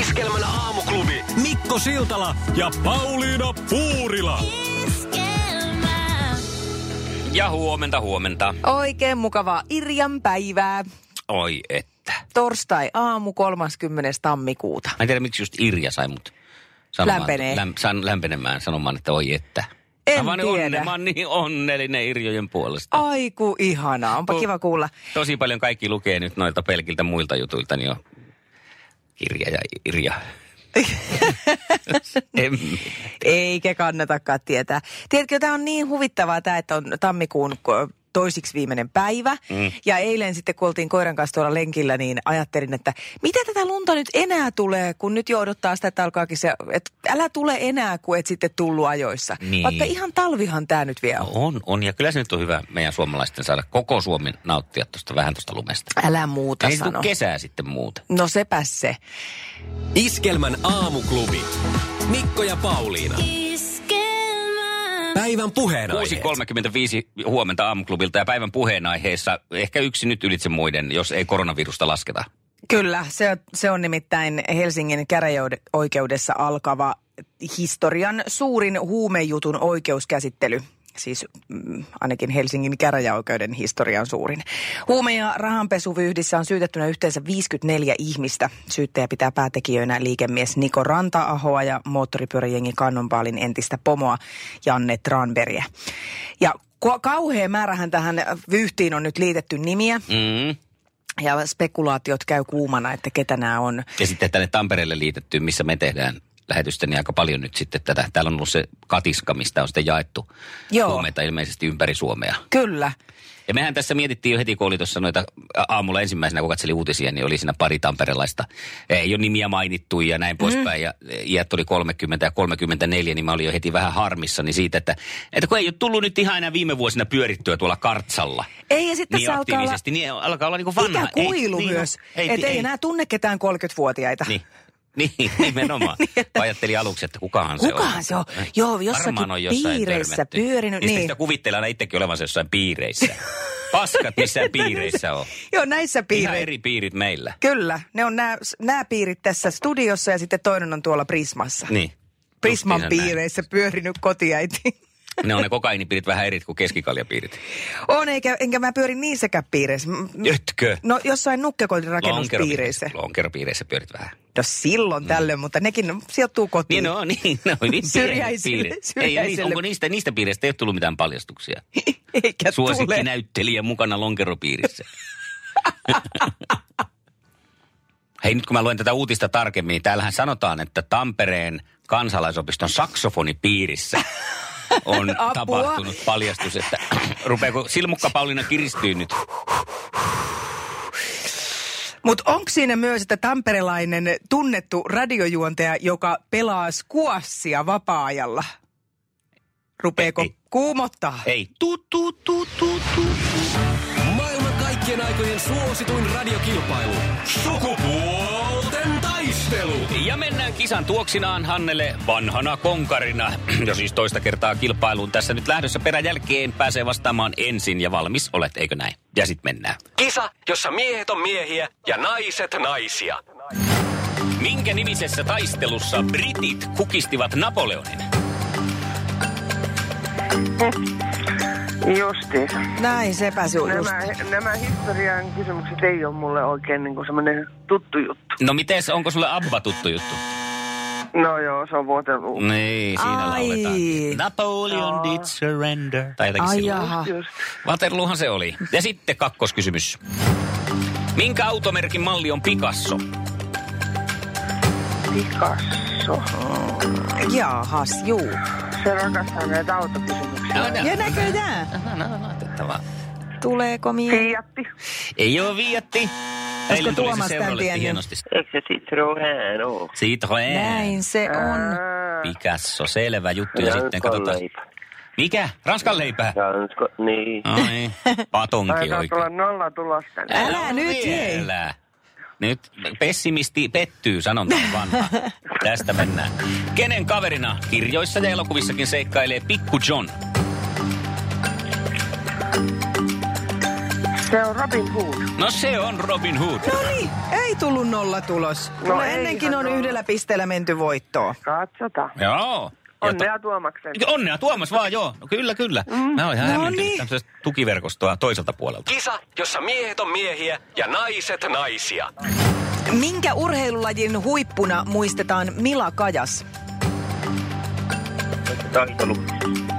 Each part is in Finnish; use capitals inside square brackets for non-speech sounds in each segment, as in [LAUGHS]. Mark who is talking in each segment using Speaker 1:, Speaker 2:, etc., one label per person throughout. Speaker 1: Iskelmän aamuklubi Mikko Siltala ja Pauliina Puurila.
Speaker 2: Ja huomenta, huomenta.
Speaker 3: Oikein mukavaa Irjan päivää.
Speaker 2: Oi että. Mä
Speaker 3: Torstai aamu 30. tammikuuta.
Speaker 2: en tiedä, miksi just Irja sai mut sanomaan,
Speaker 3: Lämpenee.
Speaker 2: Läm, san, lämpenemään sanomaan, että oi että.
Speaker 3: En
Speaker 2: mä, vaan niin
Speaker 3: tiedä.
Speaker 2: Onne, mä oon niin onnellinen Irjojen puolesta.
Speaker 3: Aiku ihanaa, onpa
Speaker 2: Kun-
Speaker 3: kiva kuulla.
Speaker 2: Tosi paljon kaikki lukee nyt noilta pelkiltä muilta jutuilta, niin jo kirja ja
Speaker 3: [LAUGHS]
Speaker 2: Irja. en,
Speaker 3: Eikä kannatakaan tietää. Tiedätkö, tämä on niin huvittavaa tämä, että on tammikuun ko- toisiksi viimeinen päivä. Mm. Ja eilen sitten, kun oltiin koiran kanssa tuolla lenkillä, niin ajattelin, että mitä tätä lunta nyt enää tulee, kun nyt jo odottaa sitä, että alkaakin se, että älä tule enää, kun et sitten tullut ajoissa.
Speaker 2: Niin.
Speaker 3: Vaikka ihan talvihan tämä nyt vielä on.
Speaker 2: on, on. Ja kyllä se nyt on hyvä meidän suomalaisten saada koko Suomen nauttia tuosta vähän tuosta lumesta.
Speaker 3: Älä muuta
Speaker 2: Ei se
Speaker 3: sano.
Speaker 2: tule kesää sitten muuta.
Speaker 3: No sepä se.
Speaker 1: Iskelmän aamuklubi. Mikko ja Pauliina. Päivän puheenaiheet.
Speaker 2: 6.35 huomenta aamuklubilta ja päivän puheenaiheessa ehkä yksi nyt ylitse muiden, jos ei koronavirusta lasketa.
Speaker 3: Kyllä, se, se on nimittäin Helsingin käräjäoikeudessa alkava historian suurin huumejutun oikeuskäsittely. Siis mm, ainakin Helsingin käräjäoikeuden historian suurin. Huume- ja rahanpesuvyhdissä on syytettynä yhteensä 54 ihmistä. Syyttäjä pitää päätekijöinä liikemies Niko Ranta-ahoa ja moottoripyöräjengi Kannonpaalin entistä pomoa Janne Tranbergia. Ja ko- kauhea määrähän tähän vyyhtiin on nyt liitetty nimiä.
Speaker 2: Mm.
Speaker 3: Ja spekulaatiot käy kuumana, että ketä nämä on.
Speaker 2: Ja sitten tänne Tampereelle liitettyyn, missä me tehdään lähetystä, niin aika paljon nyt sitten tätä. Täällä on ollut se katiska, mistä on sitten jaettu
Speaker 3: Joo.
Speaker 2: huumeita ilmeisesti ympäri Suomea.
Speaker 3: Kyllä.
Speaker 2: Ja mehän tässä mietittiin jo heti, kun oli tuossa noita a- aamulla ensimmäisenä, kun katselin uutisia, niin oli siinä pari tamperelaista. Ei ole nimiä mainittu ja
Speaker 3: Mm.
Speaker 2: näin poispäin. Ja iät oli 30 ja 34, niin mä olin jo heti vähän harmissani siitä, että, että kun ei ole tullut nyt ihan enää viime vuosina pyörittyä tuolla kartsalla.
Speaker 3: Ei, ja sitten
Speaker 2: niin
Speaker 3: se alkaa olla
Speaker 2: aktiivisesti, niin alkaa olla niin kuin vanha.
Speaker 3: vanha, ikäkuilu
Speaker 2: niin,
Speaker 3: myös.
Speaker 2: no,
Speaker 3: Ei, että ei,
Speaker 2: ei.
Speaker 3: enää tunne ketään 30-vuotiaita.
Speaker 2: Niin, niin [LAUGHS] nimenomaan. Mä Ajattelin aluksi, että kukahan se on.
Speaker 3: Kukahan se on? Joo, jossakin
Speaker 2: Varmaan on jossain
Speaker 3: piireissä
Speaker 2: törmätty.
Speaker 3: pyörinyt.
Speaker 2: Niin. Sitä kuvittelee aina itsekin olevansa jossain piireissä. Paskat
Speaker 3: [LAUGHS] Niin,
Speaker 2: missään piireissä on.
Speaker 3: Joo, näissä
Speaker 2: Ihan
Speaker 3: piireissä.
Speaker 2: eri piirit meillä.
Speaker 3: Kyllä, ne on nämä, nämä piirit tässä studiossa ja sitten toinen on tuolla Prismassa.
Speaker 2: Niin.
Speaker 3: Prisman
Speaker 2: Justiinsa näin.
Speaker 3: piireissä pyörinyt kotiäiti. [LAUGHS]
Speaker 2: Ne on ne kokainipiirit vähän eri kuin keskikaljapiirit.
Speaker 3: On, eikä, enkä mä pyöri niissäkään piireissä. M- m-
Speaker 2: Nytkö?
Speaker 3: No jossain nukkekodin rakennuspiireissä.
Speaker 2: Lonkeropiireissä. Lonkeropiireissä pyörit vähän.
Speaker 3: No silloin tällöin, mutta nekin sijoittuu kotiin.
Speaker 2: Mm. Niin no, niin, no, niin pienet
Speaker 3: Syrjäisille-
Speaker 2: piirit. Ei,
Speaker 3: syrjäisille.
Speaker 2: niin, onko niistä, niistä piireistä ei ole tullut mitään paljastuksia?
Speaker 3: Eikä tule.
Speaker 2: Suosikkinäyttelijä mukana lonkeropiirissä. [LAUGHS] Hei, nyt kun mä luen tätä uutista tarkemmin, niin täällähän sanotaan, että Tampereen kansalaisopiston saksofonipiirissä on [LAUGHS]
Speaker 3: Apua.
Speaker 2: tapahtunut paljastus, että [CLEARS THROAT] rupeako silmukka Pauliina kiristyy nyt?
Speaker 3: Mutta onko siinä myös, että tamperelainen tunnettu radiojuontaja, joka pelaa skuassia vapaa-ajalla, rupeeko
Speaker 2: Ei.
Speaker 3: kuumottaa?
Speaker 2: Ei. Tu, tu, tu, tu, tu.
Speaker 1: Maailman kaikkien aikojen suosituin radiokilpailu. Sukupuolten taistelu.
Speaker 2: Ja mennään kisan tuoksinaan Hannelle vanhana konkarina. [CLEARS THROAT] Jo siis toista kertaa kilpailuun tässä nyt lähdössä peräjälkeen pääsee vastaamaan ensin ja valmis olet, eikö näin? Ja sit mennään.
Speaker 1: Kisa, jossa miehet on miehiä ja naiset naisia.
Speaker 2: Minkä nimisessä taistelussa britit kukistivat Napoleonin?
Speaker 4: Justi.
Speaker 3: Näin sepä se on just.
Speaker 4: Nämä, nämä historian kysymykset ei ole mulle oikein niin semmoinen tuttu juttu.
Speaker 2: No mites, onko sulle Abba tuttu juttu?
Speaker 4: No joo, se on vuoten uusi.
Speaker 2: Niin, siinä
Speaker 3: Ai.
Speaker 2: lauletaan. Napoleon did surrender. Tai jotakin
Speaker 3: Ai
Speaker 2: silloin.
Speaker 3: jaha.
Speaker 4: Just.
Speaker 2: Waterloohan se oli. Ja sitten kakkoskysymys. Minkä automerkin malli on Picasso? No,
Speaker 4: Picasso.
Speaker 3: Jaahas, juu.
Speaker 4: Se rakastaa näitä autokysymyksiä.
Speaker 2: niin.
Speaker 3: Ja näköjään.
Speaker 2: no, no, no, otettavaa.
Speaker 3: Tuleeko mie?
Speaker 4: Tiiatti.
Speaker 2: Ei ole viiatti. Eilen tuli se
Speaker 3: Tuomas tän
Speaker 2: seuraletti
Speaker 3: tiennyt?
Speaker 2: hienosti.
Speaker 4: Eikö se Citroën ole?
Speaker 2: Citroën.
Speaker 3: Näin se on.
Speaker 2: Picasso, selvä juttu. Ja sitten katsotaan. Mikä? Ranskan leipää?
Speaker 4: Ransko, niin.
Speaker 2: No
Speaker 3: [LAUGHS]
Speaker 2: niin, patonki
Speaker 4: Taitaa tulla
Speaker 2: oikein.
Speaker 4: nolla tulosta.
Speaker 3: Älä
Speaker 2: No
Speaker 3: nyt, hei.
Speaker 2: vielä. Nyt pessimisti pettyy, sanonta on vanha. Tästä mennään. Kenen kaverina kirjoissa ja elokuvissakin seikkailee Pikku John?
Speaker 4: Se on Robin Hood.
Speaker 2: No se on Robin Hood.
Speaker 3: No niin, ei tullut nollatulos.
Speaker 4: No
Speaker 3: No,
Speaker 4: ei
Speaker 3: ennenkin
Speaker 4: ihan
Speaker 3: on
Speaker 4: ollut.
Speaker 3: yhdellä pisteellä menty voittoon.
Speaker 4: Katsotaan.
Speaker 2: Joo. Ja to-
Speaker 4: Onnea Tuomaksen.
Speaker 2: Onnea Tuomas vaan, joo. No, kyllä, kyllä. Mä oon ihan
Speaker 3: No
Speaker 2: hämmentynyt
Speaker 3: niin.
Speaker 2: tämmöisestä tukiverkostoa toiselta puolelta.
Speaker 1: Kisa, jossa miehet on miehiä ja naiset naisia.
Speaker 3: Minkä urheilulajin huippuna muistetaan Mila Kajas?
Speaker 4: Taistelu.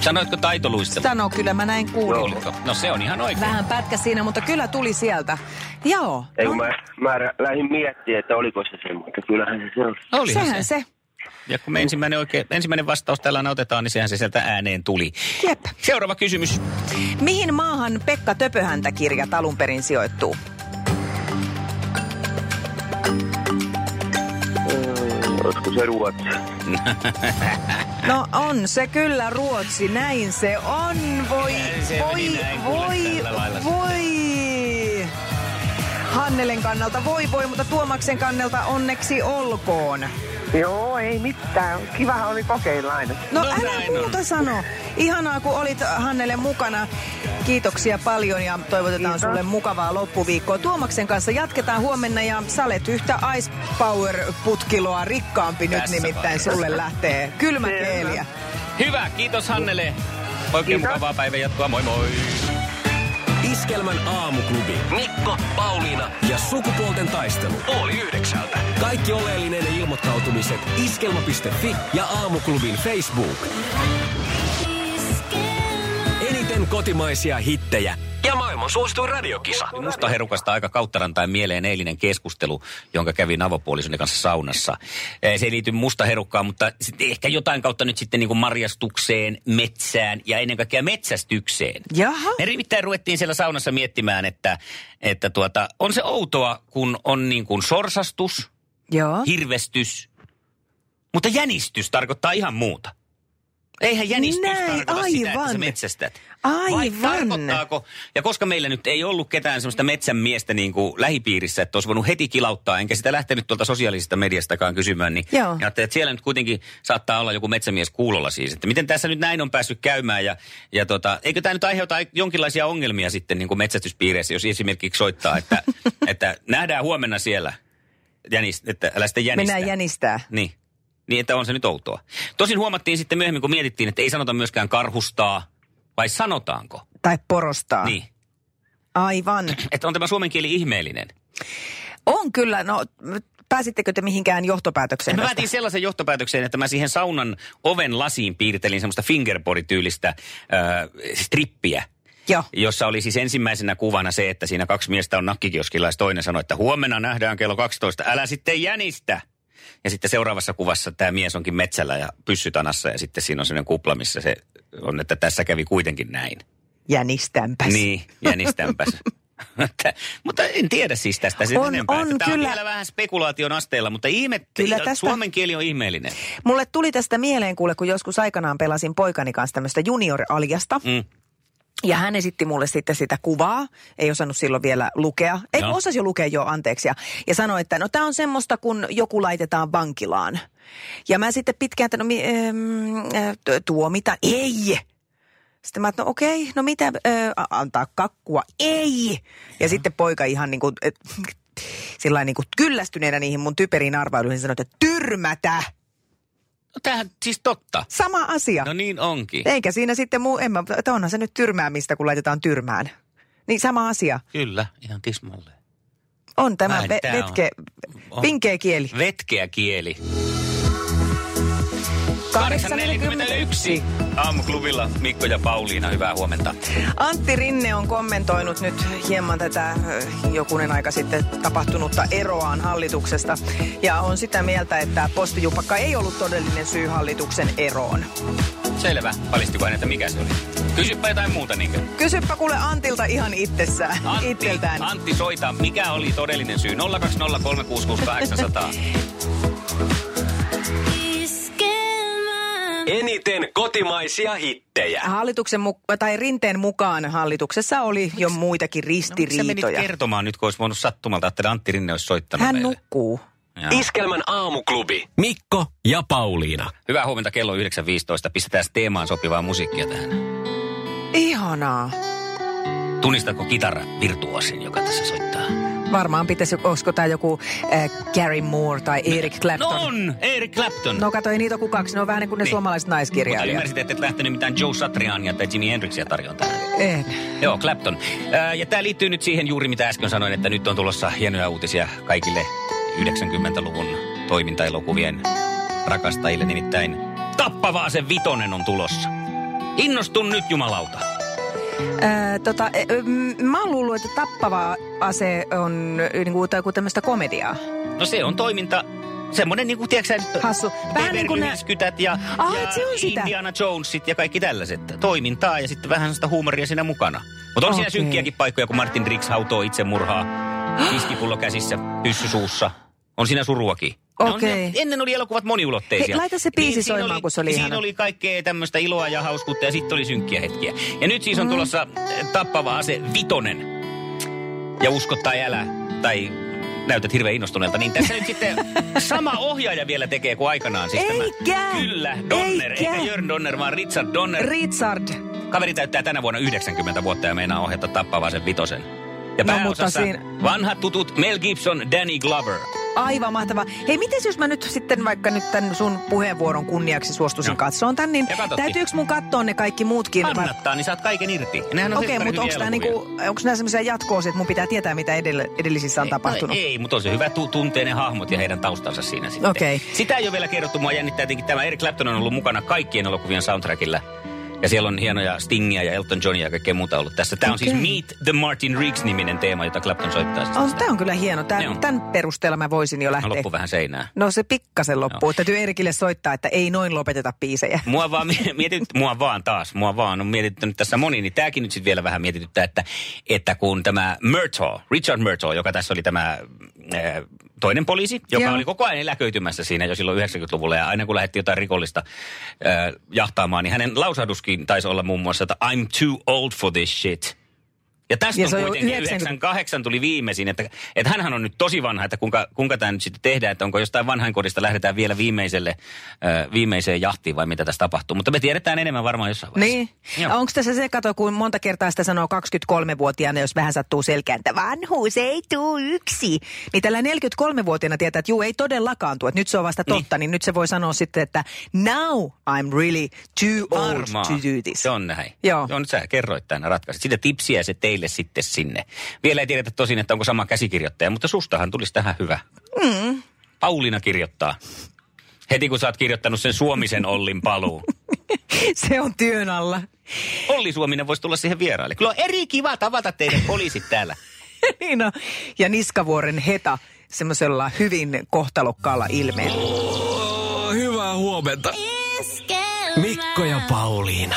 Speaker 2: Sanoitko taitoluistelu?
Speaker 3: Sano, no, kyllä mä näin kuulin.
Speaker 2: Oliko? No se on ihan oikein.
Speaker 3: Vähän pätkä siinä, mutta kyllä tuli sieltä. Joo.
Speaker 5: Ei
Speaker 3: no,
Speaker 5: kun mä, mä lähdin miettimään, että oliko se se, mutta kyllähän se se on.
Speaker 2: Olihan
Speaker 3: Sehän se.
Speaker 2: Ja kun me ensimmäinen, oikein, ensimmäinen vastaus täällä aina otetaan, niin sehän se sieltä ääneen tuli.
Speaker 3: Jep.
Speaker 2: Seuraava kysymys.
Speaker 3: Mihin maahan Pekka Töpöhäntä kirja alun perin sijoittuu?
Speaker 5: Olisiko se Ruotsi?
Speaker 3: No on se kyllä Ruotsi, näin se on. Voi,
Speaker 2: Se meni
Speaker 3: voi,
Speaker 2: näin, kuule,
Speaker 3: voi,
Speaker 2: tällä lailla.
Speaker 3: voi. Hannelen kannalta voi voi, mutta Tuomaksen kannalta onneksi olkoon.
Speaker 4: Joo, ei mitään. Kivahan oli kokeilla aina.
Speaker 3: No,
Speaker 2: No
Speaker 3: no älä
Speaker 2: näin on.
Speaker 3: muuta sano. Ihanaa, kun olit Hannele mukana. Kiitoksia paljon ja toivotetaan
Speaker 4: Kiitos.
Speaker 3: sulle mukavaa loppuviikkoa. Tuomaksen kanssa jatketaan huomenna ja sä olet yhtä Ice Power-putkiloa rikkaampi
Speaker 2: Tässä
Speaker 3: nyt nimittäin.
Speaker 2: vaiheessa.
Speaker 3: Sulle lähtee kylmä keeliä.
Speaker 2: Hyvä, kiitos Hannele. Oikein mukavaa päivän jatkoa, moi moi.
Speaker 1: Iskelmän aamuklubi. Mikko, Pauliina ja sukupuolten taistelu. Oli yhdeksältä. Kaikki oleellinen ilmoittautumiset iskelma.fi ja aamuklubin Facebook. Eniten kotimaisia hittejä ja maailman suosituin radiokisa.
Speaker 2: Musta herukasta aika kauttarantain mieleen eilinen keskustelu, jonka kävin avopuolisoni kanssa saunassa. Eh, Se ei liity musta herukkaan, mutta sit ehkä jotain kautta nyt sitten niin kuin marjastukseen, metsään ja ennen kaikkea metsästykseen.
Speaker 3: Jaha.
Speaker 2: Me nimittäin ruvettiin siellä saunassa miettimään, että, että tuota, on se outoa, kun on niin kuin sorsastus,
Speaker 3: Joo.
Speaker 2: hirvestys, mutta jänistys tarkoittaa ihan muuta. Eihän jänistys
Speaker 3: Näin,
Speaker 2: tarkoita sitä, että sä
Speaker 3: aivan.
Speaker 2: metsästät. Vai
Speaker 3: Aivan.
Speaker 2: tarkoittaako, ja koska meillä nyt ei ollut ketään semmoista metsänmiestä niin kuin lähipiirissä, että olisi voinut heti kilauttaa, enkä sitä lähtenyt tuolta sosiaalisesta mediastakaan kysymään, niin
Speaker 3: Joo.
Speaker 2: ajattelin, että siellä nyt kuitenkin saattaa olla joku metsämies kuulolla siis, että miten tässä nyt näin on päässyt käymään, ja, ja tota, eikö tämä nyt aiheuta jonkinlaisia ongelmia sitten niin kuin metsästyspiireissä, jos esimerkiksi soittaa,
Speaker 3: [LAUGHS]
Speaker 2: että, että nähdään huomenna siellä, jänis, että älä sitten jänistä.
Speaker 3: Mennään jänistää.
Speaker 2: Niin. Niin, että on se nyt outoa. Tosin huomattiin sitten myöhemmin, kun mietittiin, että ei sanota myöskään karhustaa, vai sanotaanko?
Speaker 3: Tai porostaa.
Speaker 2: Niin.
Speaker 3: Aivan.
Speaker 2: Että on tämä suomen kieli ihmeellinen.
Speaker 3: On kyllä, no pääsittekö te mihinkään johtopäätökseen?
Speaker 2: Mä
Speaker 3: tästä?
Speaker 2: päätin sellaisen johtopäätökseen, että mä siihen saunan oven lasiin piirtelin semmoista fingerboard-tyylistä äh, strippiä.
Speaker 3: Joo.
Speaker 2: Jossa oli siis ensimmäisenä kuvana se, että siinä kaksi miestä on nakkikioskilla ja toinen sanoi, että huomenna nähdään kello 12, älä sitten jänistä. Ja sitten seuraavassa kuvassa tämä mies onkin metsällä ja pyssytanassa ja sitten siinä on sellainen kupla, missä se on, että tässä kävi kuitenkin näin.
Speaker 3: Jänistänpäs.
Speaker 2: Niin,
Speaker 3: [LAUGHS]
Speaker 2: jänistänpäs. Mutta- mutta en tiedä siis tästä sen
Speaker 3: On-
Speaker 2: enempää.
Speaker 3: on
Speaker 2: että Tämä
Speaker 3: kyllä.
Speaker 2: on vielä vähän spekulaation asteella, mutta ihme,
Speaker 3: Kyllä
Speaker 2: kyllä
Speaker 3: tästä-
Speaker 2: suomen kieli on ihmeellinen.
Speaker 3: Mulle tuli tästä mieleen kuule, kun joskus aikanaan pelasin poikani kanssa tämmöistä junior-aljasta.
Speaker 2: Mm.
Speaker 3: Ja hän esitti mulle sitten sitä kuvaa, ei osannut silloin vielä lukea. Ei
Speaker 2: Joo.
Speaker 3: no. osasi jo lukea jo, anteeksi. Ja, ja sanoi, että no tämä on semmoista, kun joku laitetaan vankilaan. Ja mä sitten pitkään, että no mi, ähm, äh, tu- tuomita, ei! Sitten mä, että no okei, no mitä, ö, a- antaa kakkua, ei! Ja sitten poika ihan niin kuin, sillä niin kuin kyllästyneenä niihin mun typeriin arvailuihin sanoi, että tyrmätä!
Speaker 2: No tämähän siis totta.
Speaker 3: Sama asia.
Speaker 2: No niin onkin.
Speaker 3: Eikä siinä sitten muu, en mä, että onhan se nyt tyrmäämistä, kun laitetaan tyrmään. Niin sama asia.
Speaker 2: Kyllä, ihan tismalleen.
Speaker 3: On tämä
Speaker 2: Ai,
Speaker 3: ve-
Speaker 2: tää on-
Speaker 3: vetke,
Speaker 2: on.
Speaker 3: vinkeä kieli.
Speaker 2: Vetkeä kieli.
Speaker 3: 8.41.
Speaker 2: 8.41. Aamuklubilla Mikko ja Pauliina, hyvää huomenta.
Speaker 3: Antti Rinne on kommentoinut nyt hieman tätä ö, jokunen aika sitten tapahtunutta eroaan hallituksesta. Ja on sitä mieltä, että postijupakka ei ollut todellinen syy hallituksen eroon.
Speaker 2: Selvä. Paljastiko hän, että mikä se oli? Kysypä jotain muuta niinkö?
Speaker 3: Kysypä kuule Antilta ihan itsessään,
Speaker 2: Antti,
Speaker 3: itseltään.
Speaker 2: Antti soita, mikä oli todellinen syy? 020366800.
Speaker 6: Iskelmään.
Speaker 1: Eniten kotimaisia hittejä.
Speaker 3: Hallituksen mu- tai rinteen mukaan hallituksessa oli jo muitakin
Speaker 2: Sä menit
Speaker 3: ristiriitoja.
Speaker 2: No, kertomaan nyt, kun olisi voinut sattumalta, että Antti Rinne olisi soittanut
Speaker 3: Hän
Speaker 2: meille.
Speaker 3: nukkuu.
Speaker 2: Joo.
Speaker 1: Iskelmän aamuklubi. Mikko ja Pauliina.
Speaker 2: Hyvää huomenta, kello on 9.15. Pistetään teemaan sopivaa musiikkia tähän.
Speaker 3: Ihanaa.
Speaker 2: Tunnistatko kitara virtuosin, joka tässä soittaa?
Speaker 3: Varmaan pitäisi, olisiko tämä joku äh, Gary Moore tai Eric Clapton.
Speaker 2: No on! Eric Clapton.
Speaker 3: No kato, ei niitä ole kuin kaksi. Ne on vähän niin kuin ne
Speaker 2: Niin.
Speaker 3: suomalaiset
Speaker 2: Mutta
Speaker 3: naiskirjailijat.
Speaker 2: ymmärsit, että et lähtenyt mitään Joe Satriania tai Jimi Hendrixia tarjontaan.
Speaker 3: En.
Speaker 2: Joo, Clapton. Ää, ja tämä liittyy nyt siihen juuri, mitä äsken sanoin, että nyt on tulossa hienoja uutisia kaikille 90-luvun toimintaelokuvien rakastajille. Nimittäin Tappavaa se vitonen on tulossa. Innostun nyt, jumalauta.
Speaker 3: Öö, tota, ö, ö, m- mä oon luullut, että tappava ase on niin kuin, jotain tämmöistä komediaa.
Speaker 2: No se on toiminta, semmonen niinku, tiedätkö sä,
Speaker 3: Hassu. Vähän niin kuin
Speaker 2: Beverly
Speaker 3: nä-
Speaker 2: Hillskytät ja,
Speaker 3: Ah,
Speaker 2: ja
Speaker 3: et se on sitä.
Speaker 2: Indiana Jonesit ja kaikki tällaiset. Toimintaa ja sitten vähän sitä huumoria siinä mukana. Mutta on siellä
Speaker 3: Okei.
Speaker 2: synkkiäkin paikkoja, kun Martin Riggs hautoo
Speaker 3: [GASPS]
Speaker 2: itsemurhaa. Viskipullo käsissä, pyssy suussa. On siinä suruakin. Ne on-
Speaker 3: Okei.
Speaker 2: ne- Ennen oli elokuvat moniulotteisia. Niin
Speaker 3: Hei, laita se biisi
Speaker 2: siinä
Speaker 3: soimaan,
Speaker 2: oli-
Speaker 3: kun se oli
Speaker 2: Siinä
Speaker 3: ihana.
Speaker 2: oli kaikkea tämmöistä iloa ja hauskuutta ja sitten oli synkkiä hetkiä. Ja nyt siis on mm. tulossa eh, tappava ase vitonen ja usko tai älä, tai näytät hirveän innostuneelta, niin tässä nyt sitten sama ohjaaja vielä tekee kuin aikanaan. Siis
Speaker 3: Eikä!
Speaker 2: Tämä. Kyllä, Donner,
Speaker 3: Eikä!
Speaker 2: eikä Jörn Donner, vaan Richard Donner. Ri-
Speaker 3: Richard.
Speaker 2: Kaveri täyttää tänä vuonna 90 vuotta ja meinaa ohjata tappavaa sen vitosen. Ja
Speaker 3: No,
Speaker 2: pääosassa
Speaker 3: mutta siinä-
Speaker 2: vanhat tutut Mel Gibson, Danny Glover.
Speaker 3: Aivan mahtavaa. Hei, miten jos mä nyt sitten vaikka nyt tämän sun puheenvuoron kunniaksi suostuisin
Speaker 2: Joo.
Speaker 3: katsoon tän, niin
Speaker 2: Ja katsotkin.
Speaker 3: täytyykö mun katsoa ne kaikki muutkin? vai-
Speaker 2: Kannattaa, niin saat kaiken irti. Nehän on
Speaker 3: Okei,
Speaker 2: hirveän
Speaker 3: mutta
Speaker 2: hyviä
Speaker 3: onko nämä
Speaker 2: elokuvia.
Speaker 3: niinku, onks nää semmoisia jatko että mun pitää tietää, mitä edell- edellisissä on tapahtunut?
Speaker 2: No ei, mutta on se hyvä tu- tuntee ne hahmot ja heidän taustansa siinä sitten.
Speaker 3: Okei.
Speaker 2: Sitä ei ole vielä kerrottu. Mua jännittää tietenkin tämä. Eric Clapton on ollut mukana kaikkien elokuvien soundtrackilla. Ja siellä on hienoja Stingia ja Elton Johnia ja kaikkea muuta ollut tässä. Tämä on siis
Speaker 3: Okei.
Speaker 2: Meet the Martin Riggs-niminen teema, jota Clapton soittaa. Siis
Speaker 3: On,
Speaker 2: tästä.
Speaker 3: tämä on kyllä hieno.
Speaker 2: Joo.
Speaker 3: Tämän, tämän perusteella mä voisin jo
Speaker 2: No,
Speaker 3: lähteä.
Speaker 2: loppu vähän seinää.
Speaker 3: No se pikkasen loppuu. Täytyy Erikille soittaa, että ei noin lopeteta biisejä.
Speaker 2: [LAUGHS] Mua vaan mi- mietit, mua vaan taas, mua vaan on mietitynyt tässä moni, niin tämäkin nyt sitten vielä vähän mietityttää, että, että kun tämä Murtaugh, Richard Murtaugh, joka tässä oli tämä äh, toinen poliisi, joka
Speaker 3: Joo.
Speaker 2: oli koko ajan eläköitymässä siinä jo silloin 90-luvulla, ja aina kun lähti jotain rikollista äh, jahtaamaan, niin hänen lausahduskin taisi olla muun muassa, että I'm too old for this shit. Ja tästä
Speaker 3: Ja
Speaker 2: on
Speaker 3: se on jo
Speaker 2: kuitenkin
Speaker 3: 90.
Speaker 2: 98 tuli viimeisin, että, että hänhän on nyt tosi vanha, että kuinka, kuinka tämä nyt sitten tehdään, että onko jostain vanhainkodista lähdetään vielä viimeiselle, ö, viimeiseen jahtiin vai mitä tässä tapahtuu. Mutta me tiedetään enemmän varmaan jossain vaiheessa.
Speaker 3: [LAUGHS] Niin.
Speaker 2: Joo.
Speaker 3: Onko tässä se, kato, kun monta kertaa sitä sanoo 23-vuotiaana, jos vähän sattuu selkään, että vanhuus ei tuu yksi. Niin tällä 43-vuotiaana tietää, että juu, ei todellakaan tuu, että nyt se on vasta totta, niin, nyt se voi sanoa sitten, että now I'm really too old
Speaker 2: Varmaan.
Speaker 3: to do this.
Speaker 2: Se
Speaker 3: [LAUGHS]
Speaker 2: on näin.
Speaker 3: Joo.
Speaker 2: Joo, nyt sä kerroit tänne ratkaisit. Sitä tipsiä se teille sitten sinne. Vielä ei tiedetä tosin, että onko sama käsikirjoittaja, mutta sustahan tulisi tähän hyvä. Mm. Pauliina kirjoittaa. Heti kun sä oot kirjoittanut sen Suomisen Ollin
Speaker 3: [LAUGHS]
Speaker 2: paluu. niin.
Speaker 3: se on työn alla.
Speaker 2: Olli Suominen voisi tulla siihen vieraille. Kyllä on eri kiva tavata teidän poliisit täällä.
Speaker 3: [LAUGHS] Niin on. ja Niskavuoren heta semmoisella hyvin kohtalokkaalla ilmeellä.
Speaker 1: Oh, hyvää huomenta.
Speaker 6: Iskelmään.
Speaker 1: Mikko ja Pauliina.